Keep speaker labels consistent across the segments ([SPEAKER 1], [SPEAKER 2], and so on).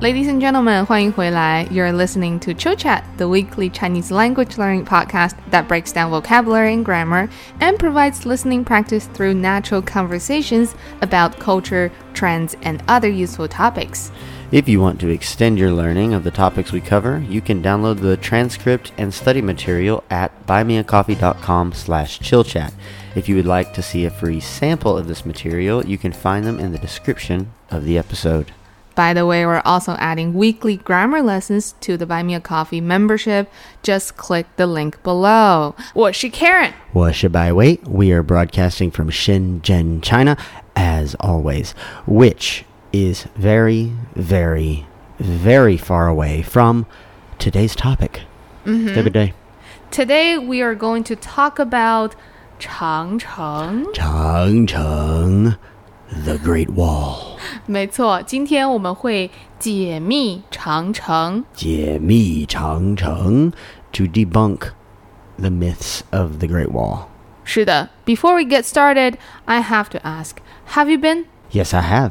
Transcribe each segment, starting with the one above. [SPEAKER 1] Ladies and gentlemen, 欢迎回来。You're listening to Chill Chat, the weekly Chinese language learning podcast that breaks down vocabulary and grammar and provides listening practice through natural conversations about culture, trends, and other useful topics.
[SPEAKER 2] If you want to extend your learning of the topics we cover, you can download the transcript and study material at buymeacoffee.com slash chillchat. If you would like to see a free sample of this material, you can find them in the description of the episode.
[SPEAKER 1] By the way, we're also adding weekly grammar lessons to the Buy Me a Coffee membership. Just click the link below. 我是 Karen，
[SPEAKER 2] Washabai Wei, we are broadcasting from Shenzhen, China, as always, which is very, very, very far away from today's topic. Good day.
[SPEAKER 1] Today we are going to talk about 长城。
[SPEAKER 2] Changcheng, the Great Wall.
[SPEAKER 1] 没错，今天我们会解密长城。
[SPEAKER 2] 解密 Changcheng to debunk the myths of the Great Wall.
[SPEAKER 1] 是的，Before we get started, I have to ask, have you been?
[SPEAKER 2] Yes, I have.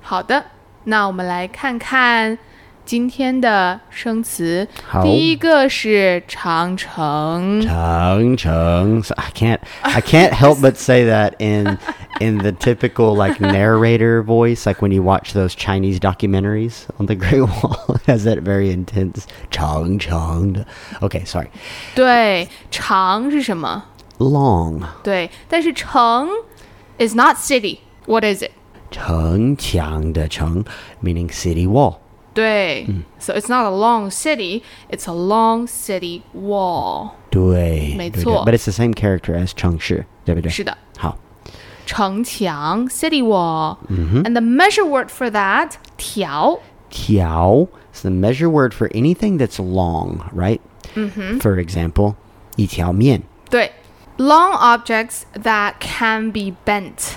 [SPEAKER 1] 好的，那我们来看看今天的生词。
[SPEAKER 2] 好
[SPEAKER 1] 第一个是长城。
[SPEAKER 2] Changcheng. So I can't I can't help but say that in in the typical like narrator voice, like when you watch those Chinese documentaries on the Great Wall, it has that very intense Changcheng. Okay, sorry.
[SPEAKER 1] 对，长是什么？
[SPEAKER 2] Long
[SPEAKER 1] 对，但是城 is not city. What is it?
[SPEAKER 2] Chengqiang de Cheng, meaning city wall.
[SPEAKER 1] 对、s o it's not a long city. It's a long city wall.
[SPEAKER 2] 对，
[SPEAKER 1] 没
[SPEAKER 2] 对，对。
[SPEAKER 1] 错。
[SPEAKER 2] But it's the same character as 城市，对不对？
[SPEAKER 1] 是的，
[SPEAKER 2] 好，
[SPEAKER 1] 城墙 city wall.、And the measure word for that 条
[SPEAKER 2] Tiao is the measure word for anything that's long, right?
[SPEAKER 1] Mm-hmm.
[SPEAKER 2] For example, 一条面。
[SPEAKER 1] 对，long objects that can be bent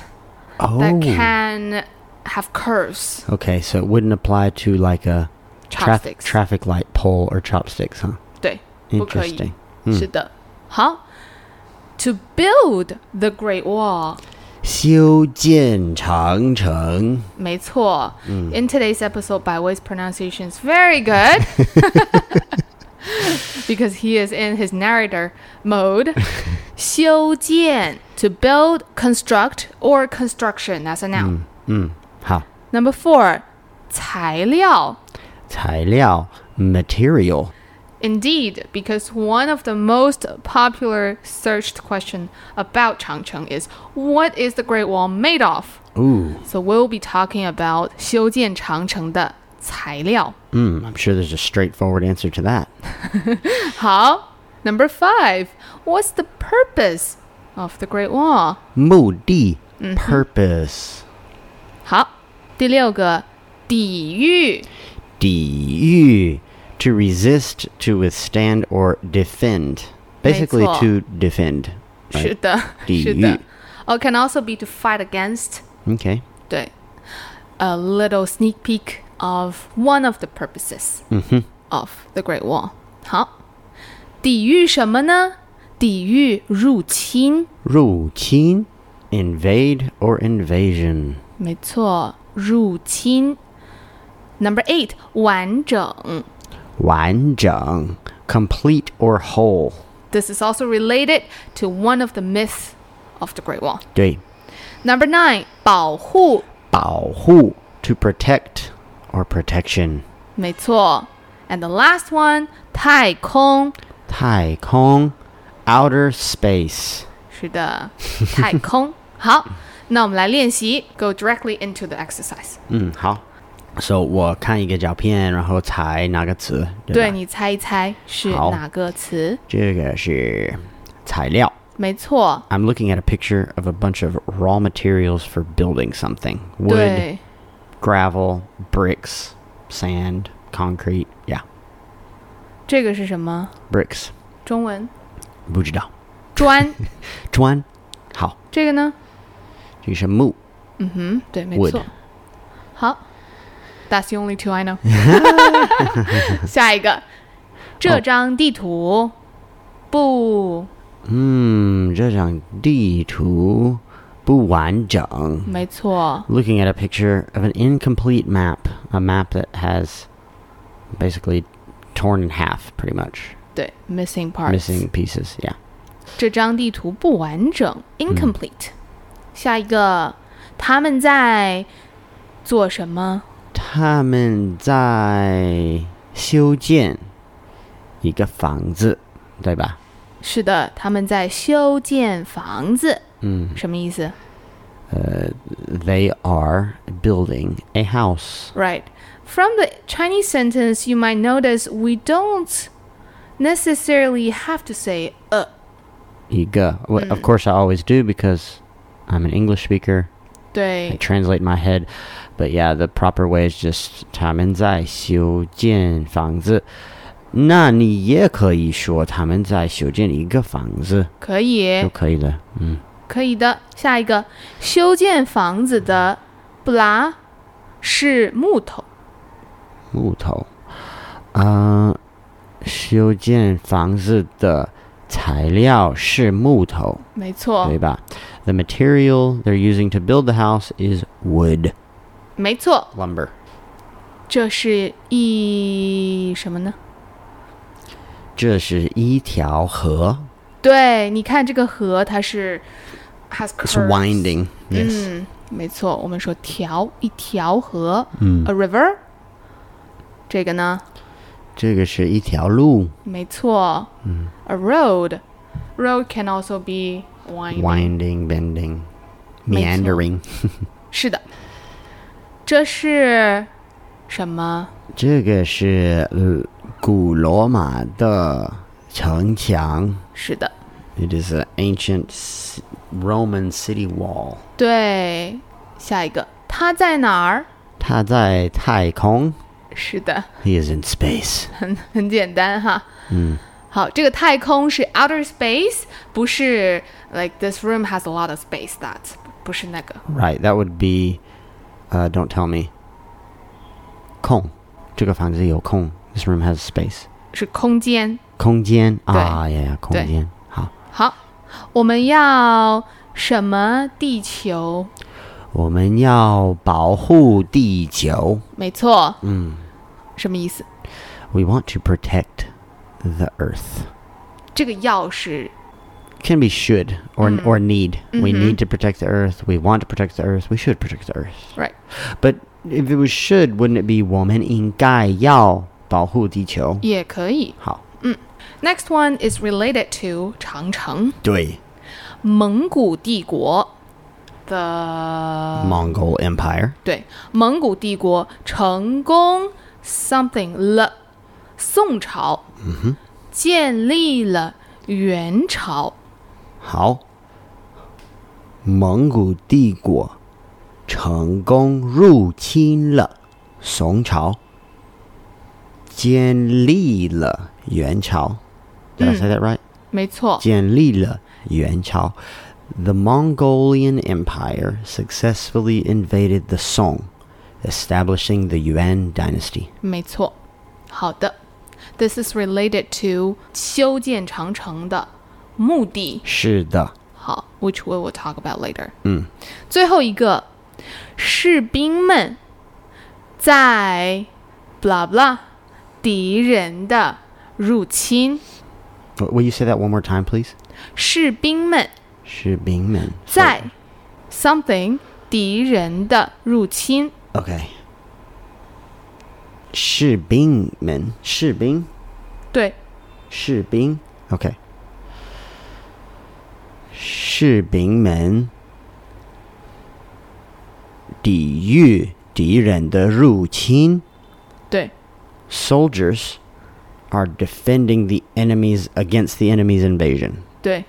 [SPEAKER 2] Oh.
[SPEAKER 1] that can have curves.
[SPEAKER 2] Okay, so it wouldn't apply to like a traffic
[SPEAKER 1] Chopsticks.
[SPEAKER 2] traffic light pole or chopsticks, huh?
[SPEAKER 1] 对，不可以
[SPEAKER 2] Interesting.。
[SPEAKER 1] 是的，好。To build the Great Wall.
[SPEAKER 2] 修建长城。
[SPEAKER 1] 没错。In today's episode, Bai Wei's pronunciation is very good because he is in his narrator mode. 修建 to build, construct, or construction. That's a noun. Number four, 材料.
[SPEAKER 2] 好，材料 material.
[SPEAKER 1] Indeed, because one of the most popular searched question about Changcheng is what is the Great Wall made of?
[SPEAKER 2] Ooh,
[SPEAKER 1] So we'll be talking about 修建长城的材料。
[SPEAKER 2] mm, I'm sure there's a straightforward answer to that.
[SPEAKER 1] 好，Number five, what's the purpose of the Great Wall？
[SPEAKER 2] 目的
[SPEAKER 1] Mm-hmm.
[SPEAKER 2] purpose
[SPEAKER 1] 好，第六个，抵御，
[SPEAKER 2] 抵御 E, to resist, to withstand, or defend. Basically,
[SPEAKER 1] 没错。
[SPEAKER 2] to defend.
[SPEAKER 1] 是
[SPEAKER 2] right?
[SPEAKER 1] 的，
[SPEAKER 2] 抵
[SPEAKER 1] 是
[SPEAKER 2] 御
[SPEAKER 1] 的。Oh, can also be to fight against。
[SPEAKER 2] Okay.
[SPEAKER 1] 对，a little sneak peek of one of the purposes of the Great Wall。好，抵御什么呢？抵御入侵。
[SPEAKER 2] 入侵 invade or invasion.
[SPEAKER 1] 没错，入侵。Number eight，完整。
[SPEAKER 2] 完整 complete or whole.
[SPEAKER 1] This is also related to one of the myths of the Great Wall.
[SPEAKER 2] 对
[SPEAKER 1] Number nine, 保护。
[SPEAKER 2] 保护 to protect or protection.
[SPEAKER 1] 没错。And the last one, 太空。
[SPEAKER 2] 太空 outer space.
[SPEAKER 1] 是的，太空。好，那我们来练习。Go directly into the exercise.
[SPEAKER 2] Hmm, 嗯，好。So 我看一个照片，然后猜哪个词，对吧？
[SPEAKER 1] 对，你猜一猜是
[SPEAKER 2] 好。
[SPEAKER 1] 哪个词？
[SPEAKER 2] 这个是材料。
[SPEAKER 1] 没错，
[SPEAKER 2] I'm looking at a picture of a bunch of raw materials for building something. Wood,
[SPEAKER 1] 对。
[SPEAKER 2] gravel, bricks, sand, concrete. Yeah,
[SPEAKER 1] 这个是什么？中文？
[SPEAKER 2] bricks. 不知道。
[SPEAKER 1] 砖。
[SPEAKER 2] 砖，好，这个是木。
[SPEAKER 1] 嗯这个呢？对，没错。
[SPEAKER 2] Wood.
[SPEAKER 1] 好，That's the only two I know. 下一个，这张地图不
[SPEAKER 2] Hmm, 这张地图不完整。
[SPEAKER 1] 没错，
[SPEAKER 2] Looking at a picture of an incomplete map, a map that has basically torn in half, pretty much.
[SPEAKER 1] 对，missing parts，
[SPEAKER 2] Missing pieces, yeah.
[SPEAKER 1] 这张地图不完整，incomplete。下一个，他们在做什么？
[SPEAKER 2] 他们在修建一个房子，对吧？嗯，
[SPEAKER 1] 是的，他们在修建房子，什么意思
[SPEAKER 2] They are building a house.
[SPEAKER 1] ？Right. From the Chinese sentence, you might notice we don't necessarily have to say "uh."
[SPEAKER 2] 一个- well, Of course, I always do because I'm an English speaker. I
[SPEAKER 1] 对
[SPEAKER 2] translate in my head. But yeah, the proper way is just 他们在修建房子。那你也可以说他们在修建一个房子就可以了。嗯，
[SPEAKER 1] 可以，可以的。下一个，修建房子的布拉是木头。
[SPEAKER 2] 木头，呃，修建房子的材料是木头，
[SPEAKER 1] 没错
[SPEAKER 2] 对，吧？The material they're using to build the house is wood
[SPEAKER 1] 没错，
[SPEAKER 2] lumber，
[SPEAKER 1] 这是一什么呢？
[SPEAKER 2] 这是一条河
[SPEAKER 1] 对，你看这个河，它是 has
[SPEAKER 2] ，It's
[SPEAKER 1] curves
[SPEAKER 2] winding。Yes，
[SPEAKER 1] 嗯，没错，我们说条一条河，
[SPEAKER 2] 嗯
[SPEAKER 1] a river。这个呢，
[SPEAKER 2] 这个是一条路
[SPEAKER 1] 没错，嗯，a road。road can also be winding。
[SPEAKER 2] ，winding bending
[SPEAKER 1] 没错
[SPEAKER 2] meandering。
[SPEAKER 1] 是的，这是什么？
[SPEAKER 2] 这个是呃古罗马的城墙
[SPEAKER 1] 是的，
[SPEAKER 2] ，It is an ancient c- Roman city wall。
[SPEAKER 1] 对，下一个，它在哪儿？
[SPEAKER 2] 他在太空。
[SPEAKER 1] 是的，
[SPEAKER 2] He is in space.
[SPEAKER 1] 很很简单哈。嗯。好，这个太空是 outer space，不是 like this room has a lot of space that 不是那个
[SPEAKER 2] Right, that would be. Uh, don't tell me. 空.这个房子有空. This room has space.
[SPEAKER 1] 是空间。
[SPEAKER 2] 空间. Ah, yeah, yeah, 空间.
[SPEAKER 1] 好，我们要什么地球？
[SPEAKER 2] 好。我们要保护地球.
[SPEAKER 1] 没错，嗯，什么意思？
[SPEAKER 2] We want to protect the earth.
[SPEAKER 1] 这个要是
[SPEAKER 2] Can be should or, or need. We need to protect the earth. We want to protect the earth. We should protect the earth.
[SPEAKER 1] right
[SPEAKER 2] But if it was should, wouldn't it be 我们应该要保护地球？
[SPEAKER 1] 也可以。
[SPEAKER 2] 好，
[SPEAKER 1] Next one is related to 长城，
[SPEAKER 2] 对。
[SPEAKER 1] 蒙古帝国的
[SPEAKER 2] Mongol Empire.
[SPEAKER 1] 对，蒙古帝国成功 something 了，宋朝，嗯哼，建立了元朝，
[SPEAKER 2] 好，蒙古帝国成功入侵了宋朝，建立了元朝。Did I say that right?
[SPEAKER 1] 没错，
[SPEAKER 2] 建立了元朝. The Mongolian Empire successfully invaded the Song, establishing the Yuan dynasty.
[SPEAKER 1] 没错，好的，This is related to 修建长城的目的，
[SPEAKER 2] 是的，
[SPEAKER 1] 好，which we will talk about later。嗯，最后一个，士兵们在 blah blah 敌人的入侵，
[SPEAKER 2] Will you say that one more time, please?
[SPEAKER 1] 士兵们。
[SPEAKER 2] 士兵们。
[SPEAKER 1] 在 something 敌人的入侵，
[SPEAKER 2] Okay. 士兵们，士兵，士兵。
[SPEAKER 1] 对
[SPEAKER 2] Okay. 士兵们抵御敌人的入侵。
[SPEAKER 1] 对
[SPEAKER 2] Soldiers are defending the enemies against the enemy's invasion.
[SPEAKER 1] 对，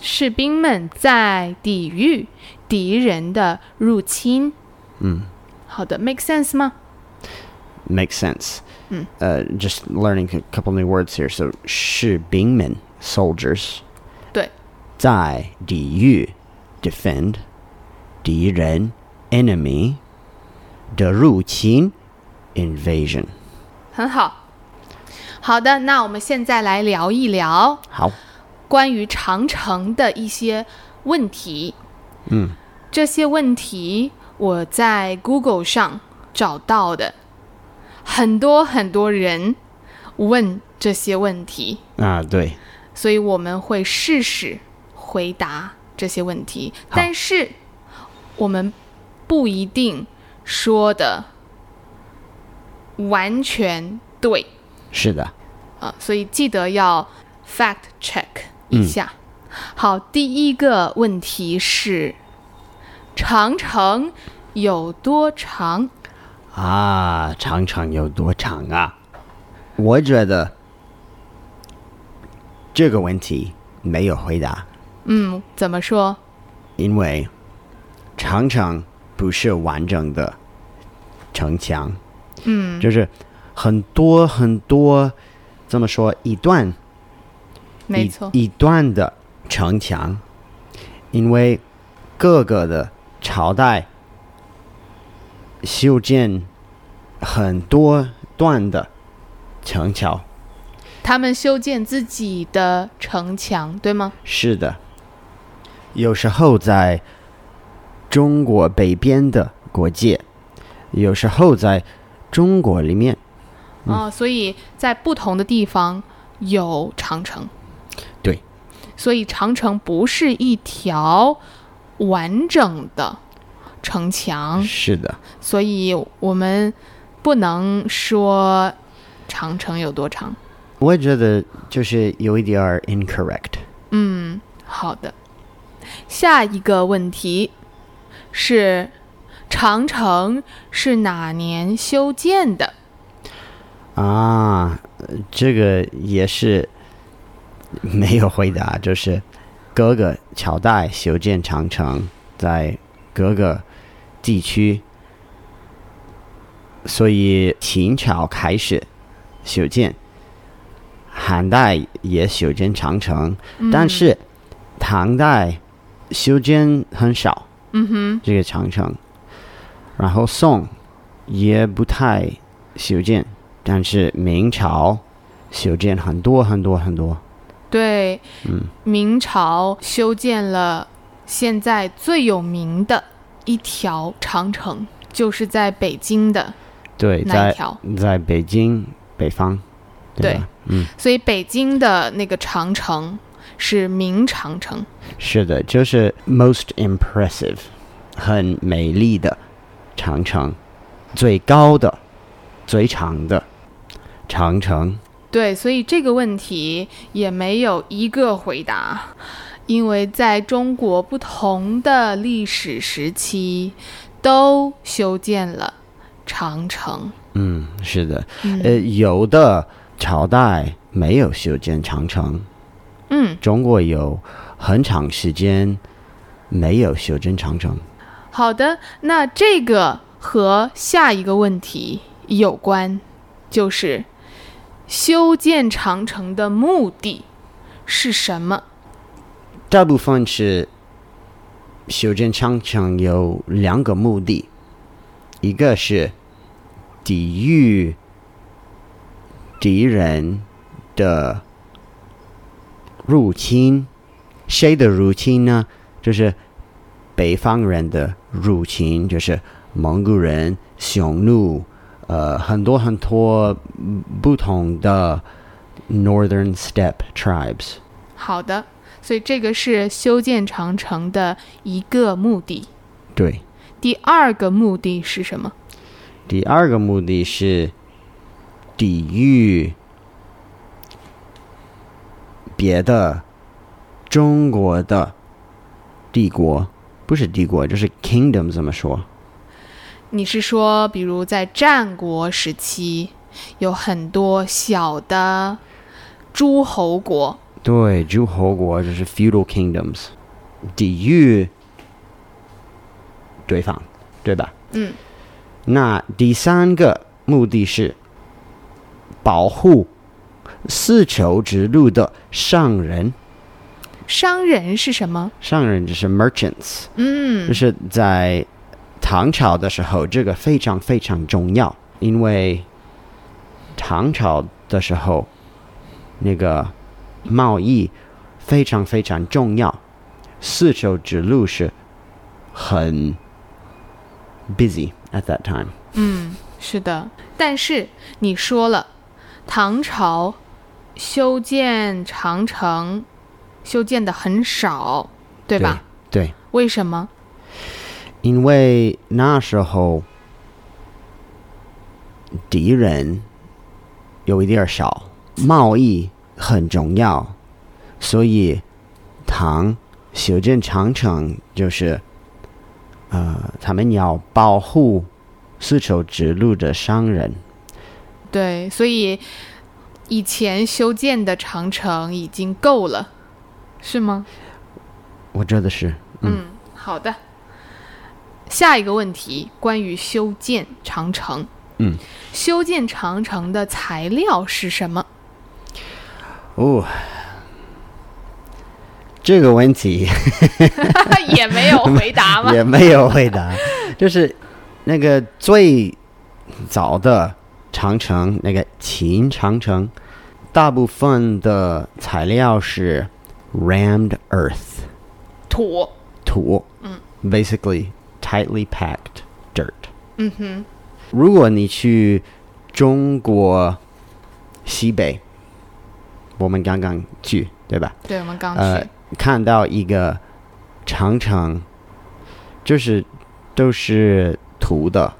[SPEAKER 1] 士兵们在抵御敌人的入侵。嗯，好的，make sense 吗？
[SPEAKER 2] Makes sense. Uh, just learning a couple new words here. So 士兵们, soldiers.
[SPEAKER 1] 对
[SPEAKER 2] 在抵御 defend 敌人 enemy 的入侵 invasion。
[SPEAKER 1] 很好。好的，那我们现在来聊一聊
[SPEAKER 2] 好，
[SPEAKER 1] 关于长城的一些问题。
[SPEAKER 2] 嗯，
[SPEAKER 1] 这些问题我在 Google 上找到的，很多很多人问这些问题，
[SPEAKER 2] 啊，对，
[SPEAKER 1] 所以我们会试试回答这些问题，
[SPEAKER 2] 好
[SPEAKER 1] 但是我们不一定说的完全对
[SPEAKER 2] 是的，
[SPEAKER 1] 啊、所以记得要 fact check
[SPEAKER 2] 嗯
[SPEAKER 1] 一下。好，第一个问题是：长城有多长？
[SPEAKER 2] 啊，长城有多长啊？我觉得这个问题没有回答，
[SPEAKER 1] 嗯，怎么说？
[SPEAKER 2] 因为长城不是完整的城墙，嗯，就是很多很多，怎么说一段
[SPEAKER 1] 没错，
[SPEAKER 2] 一一段的城墙，因为各个的朝代修建很多段的城墙。
[SPEAKER 1] 他们修建自己的城墙，对吗？
[SPEAKER 2] 是的，有时候在中国北边的国界，有时候在中国里面。嗯
[SPEAKER 1] 啊、所以在不同的地方有长城。
[SPEAKER 2] 对，
[SPEAKER 1] 所以长城不是一条完整的城墙，
[SPEAKER 2] 是的，
[SPEAKER 1] 所以我们不能说长城有多长。
[SPEAKER 2] 我觉得就是有一点儿 incorrect。
[SPEAKER 1] 嗯，好的。下一个问题是：长城是哪年修建的？
[SPEAKER 2] 啊，呃这个也是没有回答，就是各个朝代修建长城，在各个地区，所以秦朝开始修建，汉代也修建长城，但是唐代修建很少，嗯哼，这个长城，然后宋也不太修建。但是明朝修建很多很多很多，
[SPEAKER 1] 对，明朝修建了现在最有名的一条长城，就是在北京的
[SPEAKER 2] 对，
[SPEAKER 1] 那一
[SPEAKER 2] 在
[SPEAKER 1] 条。
[SPEAKER 2] 在北京北方，
[SPEAKER 1] 对
[SPEAKER 2] 吧，
[SPEAKER 1] 所以北京的那个长城是明长城。
[SPEAKER 2] 是的，就是 most impressive，很美丽的长城，最高的、最长的长城，
[SPEAKER 1] 对，所以这个问题也没有一个回答，因为在中国不同的历史时期都修建了长城。
[SPEAKER 2] 嗯，是的，
[SPEAKER 1] 嗯
[SPEAKER 2] 呃，有的朝代没有修建长城，
[SPEAKER 1] 嗯，
[SPEAKER 2] 中国有很长时间没有修建长城。
[SPEAKER 1] 好的，那这个和下一个问题有关，就是修建长城的目的是什么？
[SPEAKER 2] 大部分是修建长城有两个目的，一个是抵御敌人的入侵，谁的入侵呢？就是北方人的入侵，就是蒙古人、匈奴，呃，很多很多不同的 Northern Steppe tribes。
[SPEAKER 1] 好的，所以这个是修建长城的一个目的。
[SPEAKER 2] 对，
[SPEAKER 1] 第二个目的是什么？
[SPEAKER 2] 第二个目的是抵御别的中国的帝国，不是帝国，就是 kingdom 怎么说？
[SPEAKER 1] 你是说，比如在战国时期，有很多小的诸侯国，
[SPEAKER 2] 对，诸侯国就是 feudal kingdoms，抵御对方，对吧？
[SPEAKER 1] 嗯。
[SPEAKER 2] 那第三个目的是保护丝绸之路的商人。
[SPEAKER 1] 商人是什么？
[SPEAKER 2] 商人就是 merchants，
[SPEAKER 1] 嗯，
[SPEAKER 2] 就是在唐朝的时候，这个非常非常重要，因为唐朝的时候，那个贸易非常非常重要。丝绸之路是很 busy at that time。
[SPEAKER 1] 是的，但是你说了，唐朝修建长城，修建的很少，对吧？
[SPEAKER 2] 对，
[SPEAKER 1] 为什么？
[SPEAKER 2] 因为那时候敌人有一点儿少，贸易很重要，所以唐修建长城就是，呃，他们要保护丝绸之路的商人。
[SPEAKER 1] 对，所以以前修建的长城已经够了，是吗？
[SPEAKER 2] 我觉得是，
[SPEAKER 1] 嗯，好的。下一个问题关于修建长城。
[SPEAKER 2] 嗯，
[SPEAKER 1] 修建长城的材料是什 么？
[SPEAKER 2] 哦，这个问题
[SPEAKER 1] 也没有回答吗？
[SPEAKER 2] 也没有回答，就是那个最早的长城，那个秦长城，大部分的材料是 rammed earth
[SPEAKER 1] 土。
[SPEAKER 2] 土，嗯，basically tightly packed dirt。
[SPEAKER 1] 嗯哼，
[SPEAKER 2] 如果你去中国西北，我们刚刚去，对吧？
[SPEAKER 1] 对，我们刚去。
[SPEAKER 2] 呃看到一个长城，就是都是土的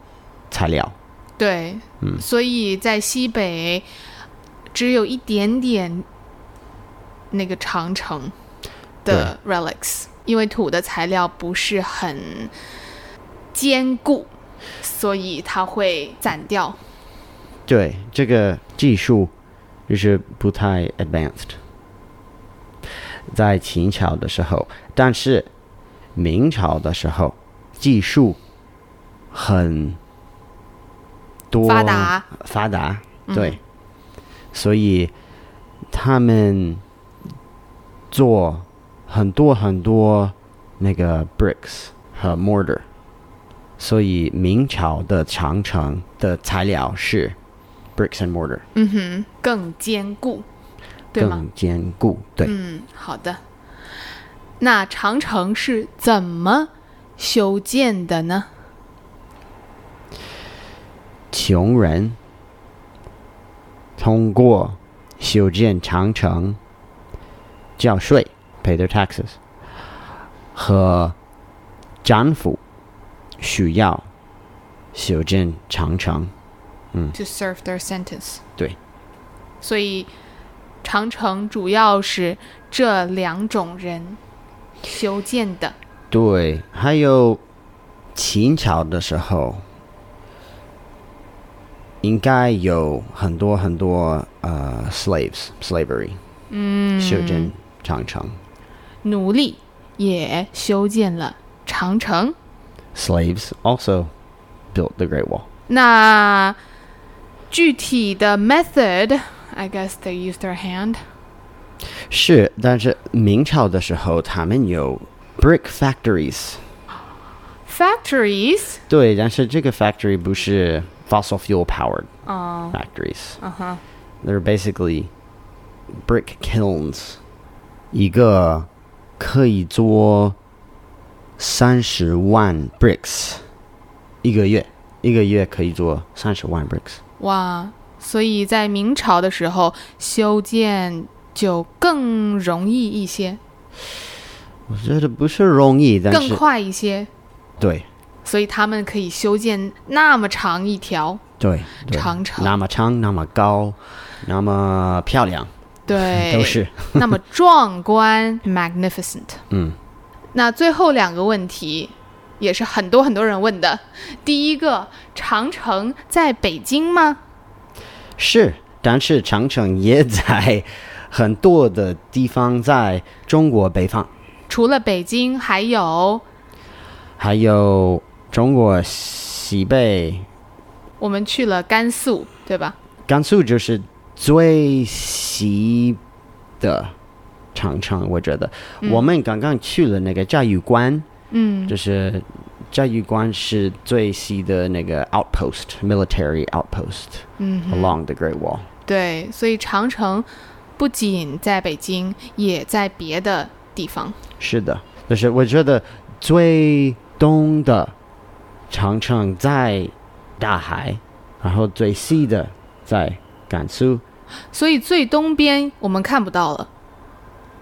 [SPEAKER 2] 材料，
[SPEAKER 1] 对，
[SPEAKER 2] 嗯
[SPEAKER 1] 所以在西北只有一点点那个长城的 relics，因为土的材料不是很坚固，所以它会散掉。
[SPEAKER 2] 对这个技术就是不太 advanced，在秦朝的时候，但是明朝的时候技术很多
[SPEAKER 1] 发达，
[SPEAKER 2] 发达，
[SPEAKER 1] 嗯
[SPEAKER 2] 对，所以他们做很多很多那个 bricks 和 mortar，所以明朝的长城的材料是 bricks and mortar，
[SPEAKER 1] 嗯哼，更坚固，对吗？
[SPEAKER 2] 更坚固，对，
[SPEAKER 1] 嗯，好的。那长城是怎么修建的呢？
[SPEAKER 2] 穷人通过修建长城、交税 （pay their taxes） 和政府需要修建长城。
[SPEAKER 1] to serve their sentence。
[SPEAKER 2] 对，
[SPEAKER 1] 所以长城主要是这两种人修建的。
[SPEAKER 2] 对，还有秦朝的时候，应该有很多很多呃 slaves slavery，嗯，修建长城
[SPEAKER 1] 奴隶也修建了长城。
[SPEAKER 2] ，slaves also built the Great Wall。
[SPEAKER 1] 那具体的 method，I guess they use their hand。
[SPEAKER 2] 是，但是明朝的时候，他们有 brick factories。
[SPEAKER 1] Factories，
[SPEAKER 2] 对，但是这个 factory 不是 fossil fuel powered
[SPEAKER 1] 哦
[SPEAKER 2] factories。
[SPEAKER 1] 嗯哼，
[SPEAKER 2] They're basically brick kilns，一个可以做三十万 bricks，一个月，一个月可以做三十万 bricks。
[SPEAKER 1] 哇！所以在明朝的时候修建就更容易一些，
[SPEAKER 2] 我觉得不是容易，但
[SPEAKER 1] 更
[SPEAKER 2] 是
[SPEAKER 1] 快一些，
[SPEAKER 2] 对
[SPEAKER 1] 所以他们可以修建那么长一条
[SPEAKER 2] 对对，
[SPEAKER 1] 长城，
[SPEAKER 2] 那么长，那么高，那么漂亮，
[SPEAKER 1] 对，
[SPEAKER 2] 都是
[SPEAKER 1] 那么壮观，magnificent。
[SPEAKER 2] 嗯，
[SPEAKER 1] 那最后两个问题也是很多很多人问的。第一个，长城在北京吗？
[SPEAKER 2] 是，但是长城也在很多的地方，在中国北方，
[SPEAKER 1] 除了北京，还有
[SPEAKER 2] 还有中国西北，
[SPEAKER 1] 我们去了甘肃，对吧？
[SPEAKER 2] 甘肃就是最西的长城，我觉得、我们刚刚去了那个嘉峪关，
[SPEAKER 1] 嗯
[SPEAKER 2] 就是嘉峪关是最西的那个 outpost military outpost
[SPEAKER 1] 嗯哼，
[SPEAKER 2] along the Great Wall。
[SPEAKER 1] 对，所以长城不仅在北京，也在别的地方。
[SPEAKER 2] 是的，就是我觉得最东的长城在大海，然后最西的在甘肃，
[SPEAKER 1] 所以最东边我们看不到了，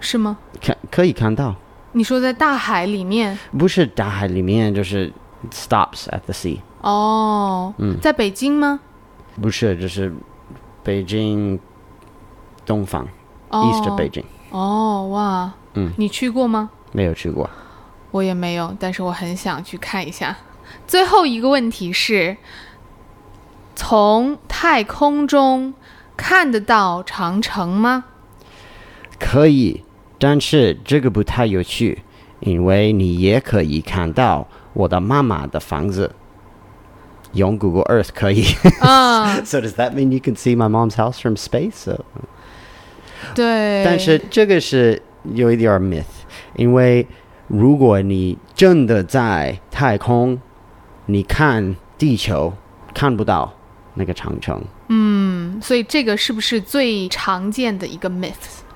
[SPEAKER 1] 是吗？
[SPEAKER 2] 看可以看到，
[SPEAKER 1] 你说在大海里面
[SPEAKER 2] 不是大海里面，就是 stops at the sea，
[SPEAKER 1] 哦，
[SPEAKER 2] 嗯
[SPEAKER 1] 在北京吗？
[SPEAKER 2] 不是，就是北京东方、
[SPEAKER 1] 哦
[SPEAKER 2] east of 北京，
[SPEAKER 1] 哦，哇，
[SPEAKER 2] 嗯，
[SPEAKER 1] 你去过吗？
[SPEAKER 2] 没有去过。
[SPEAKER 1] 我也没有，但是我很想去看一下。最后一个问题是，从太空中看得到长城吗？
[SPEAKER 2] 可以，但是这个不太有趣，因为你也可以看到我的妈妈的房子。用 Google Earth 可以。
[SPEAKER 1] 嗯，
[SPEAKER 2] so does that mean you can see my mom's house from space? So-
[SPEAKER 1] 对。
[SPEAKER 2] 但是这个是有一点儿 myth，因为如果你真的在太空，你看地球看不到那个长城，
[SPEAKER 1] 所以这个是不是最常见的一个 myth？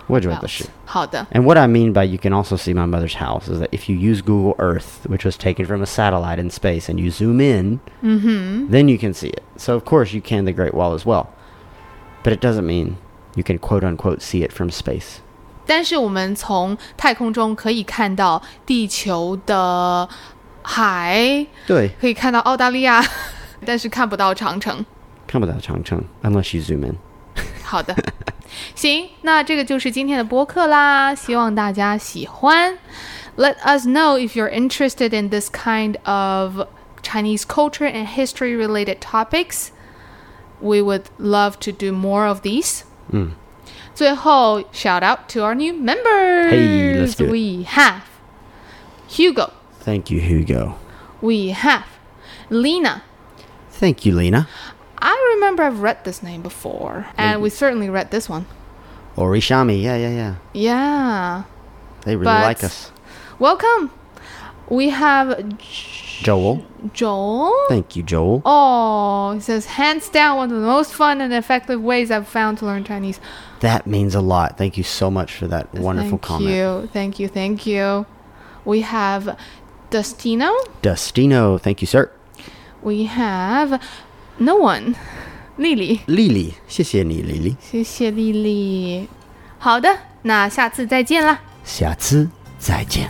[SPEAKER 2] 我觉得是。
[SPEAKER 1] 好的，
[SPEAKER 2] And what I mean by you can also see my mother's house is that if you use Google Earth, which was taken from a satellite in space, and you zoom in,
[SPEAKER 1] Mm-hmm.
[SPEAKER 2] then you can see it. So, of course, you can the Great Wall as well. But it doesn't mean you can quote unquote see it from space.
[SPEAKER 1] 但是我们从太空中可以看到地球的海，可以看到澳大利亚， 但是看不到长城。
[SPEAKER 2] 对，看不到长城，unless you zoom in.
[SPEAKER 1] 好的， 行，那这个就是今天的播客啦，希望大家喜欢。Let us know if you're interested in this kind of Chinese culture and history related topics. We would love to do more of these.
[SPEAKER 2] Mm.
[SPEAKER 1] 最后 shout out to our new members.
[SPEAKER 2] Hey, let's do it.
[SPEAKER 1] We have Hugo.
[SPEAKER 2] Thank you, Hugo.
[SPEAKER 1] We have Lena.
[SPEAKER 2] Thank you, Lena.
[SPEAKER 1] I remember I've read this name before, and we certainly read this one.
[SPEAKER 2] Orishami, yeah, yeah, yeah.
[SPEAKER 1] Yeah.
[SPEAKER 2] They really
[SPEAKER 1] But-
[SPEAKER 2] like us.
[SPEAKER 1] Welcome. We have
[SPEAKER 2] Joel.
[SPEAKER 1] Joel.
[SPEAKER 2] Thank you, Joel.
[SPEAKER 1] Oh, he says, hands down, one of the most fun and effective ways I've found to learn Chinese.
[SPEAKER 2] That means a lot. Thank you so much for that wonderful
[SPEAKER 1] thank
[SPEAKER 2] comment.
[SPEAKER 1] you. Thank you. Thank you. We have Dustino.
[SPEAKER 2] Dustino, thank you, sir.
[SPEAKER 1] We have no one. Lily.
[SPEAKER 2] Lily, 谢谢你, Lily.
[SPEAKER 1] 谢谢丽丽。好的，那下次再见啦。
[SPEAKER 2] 下次再见。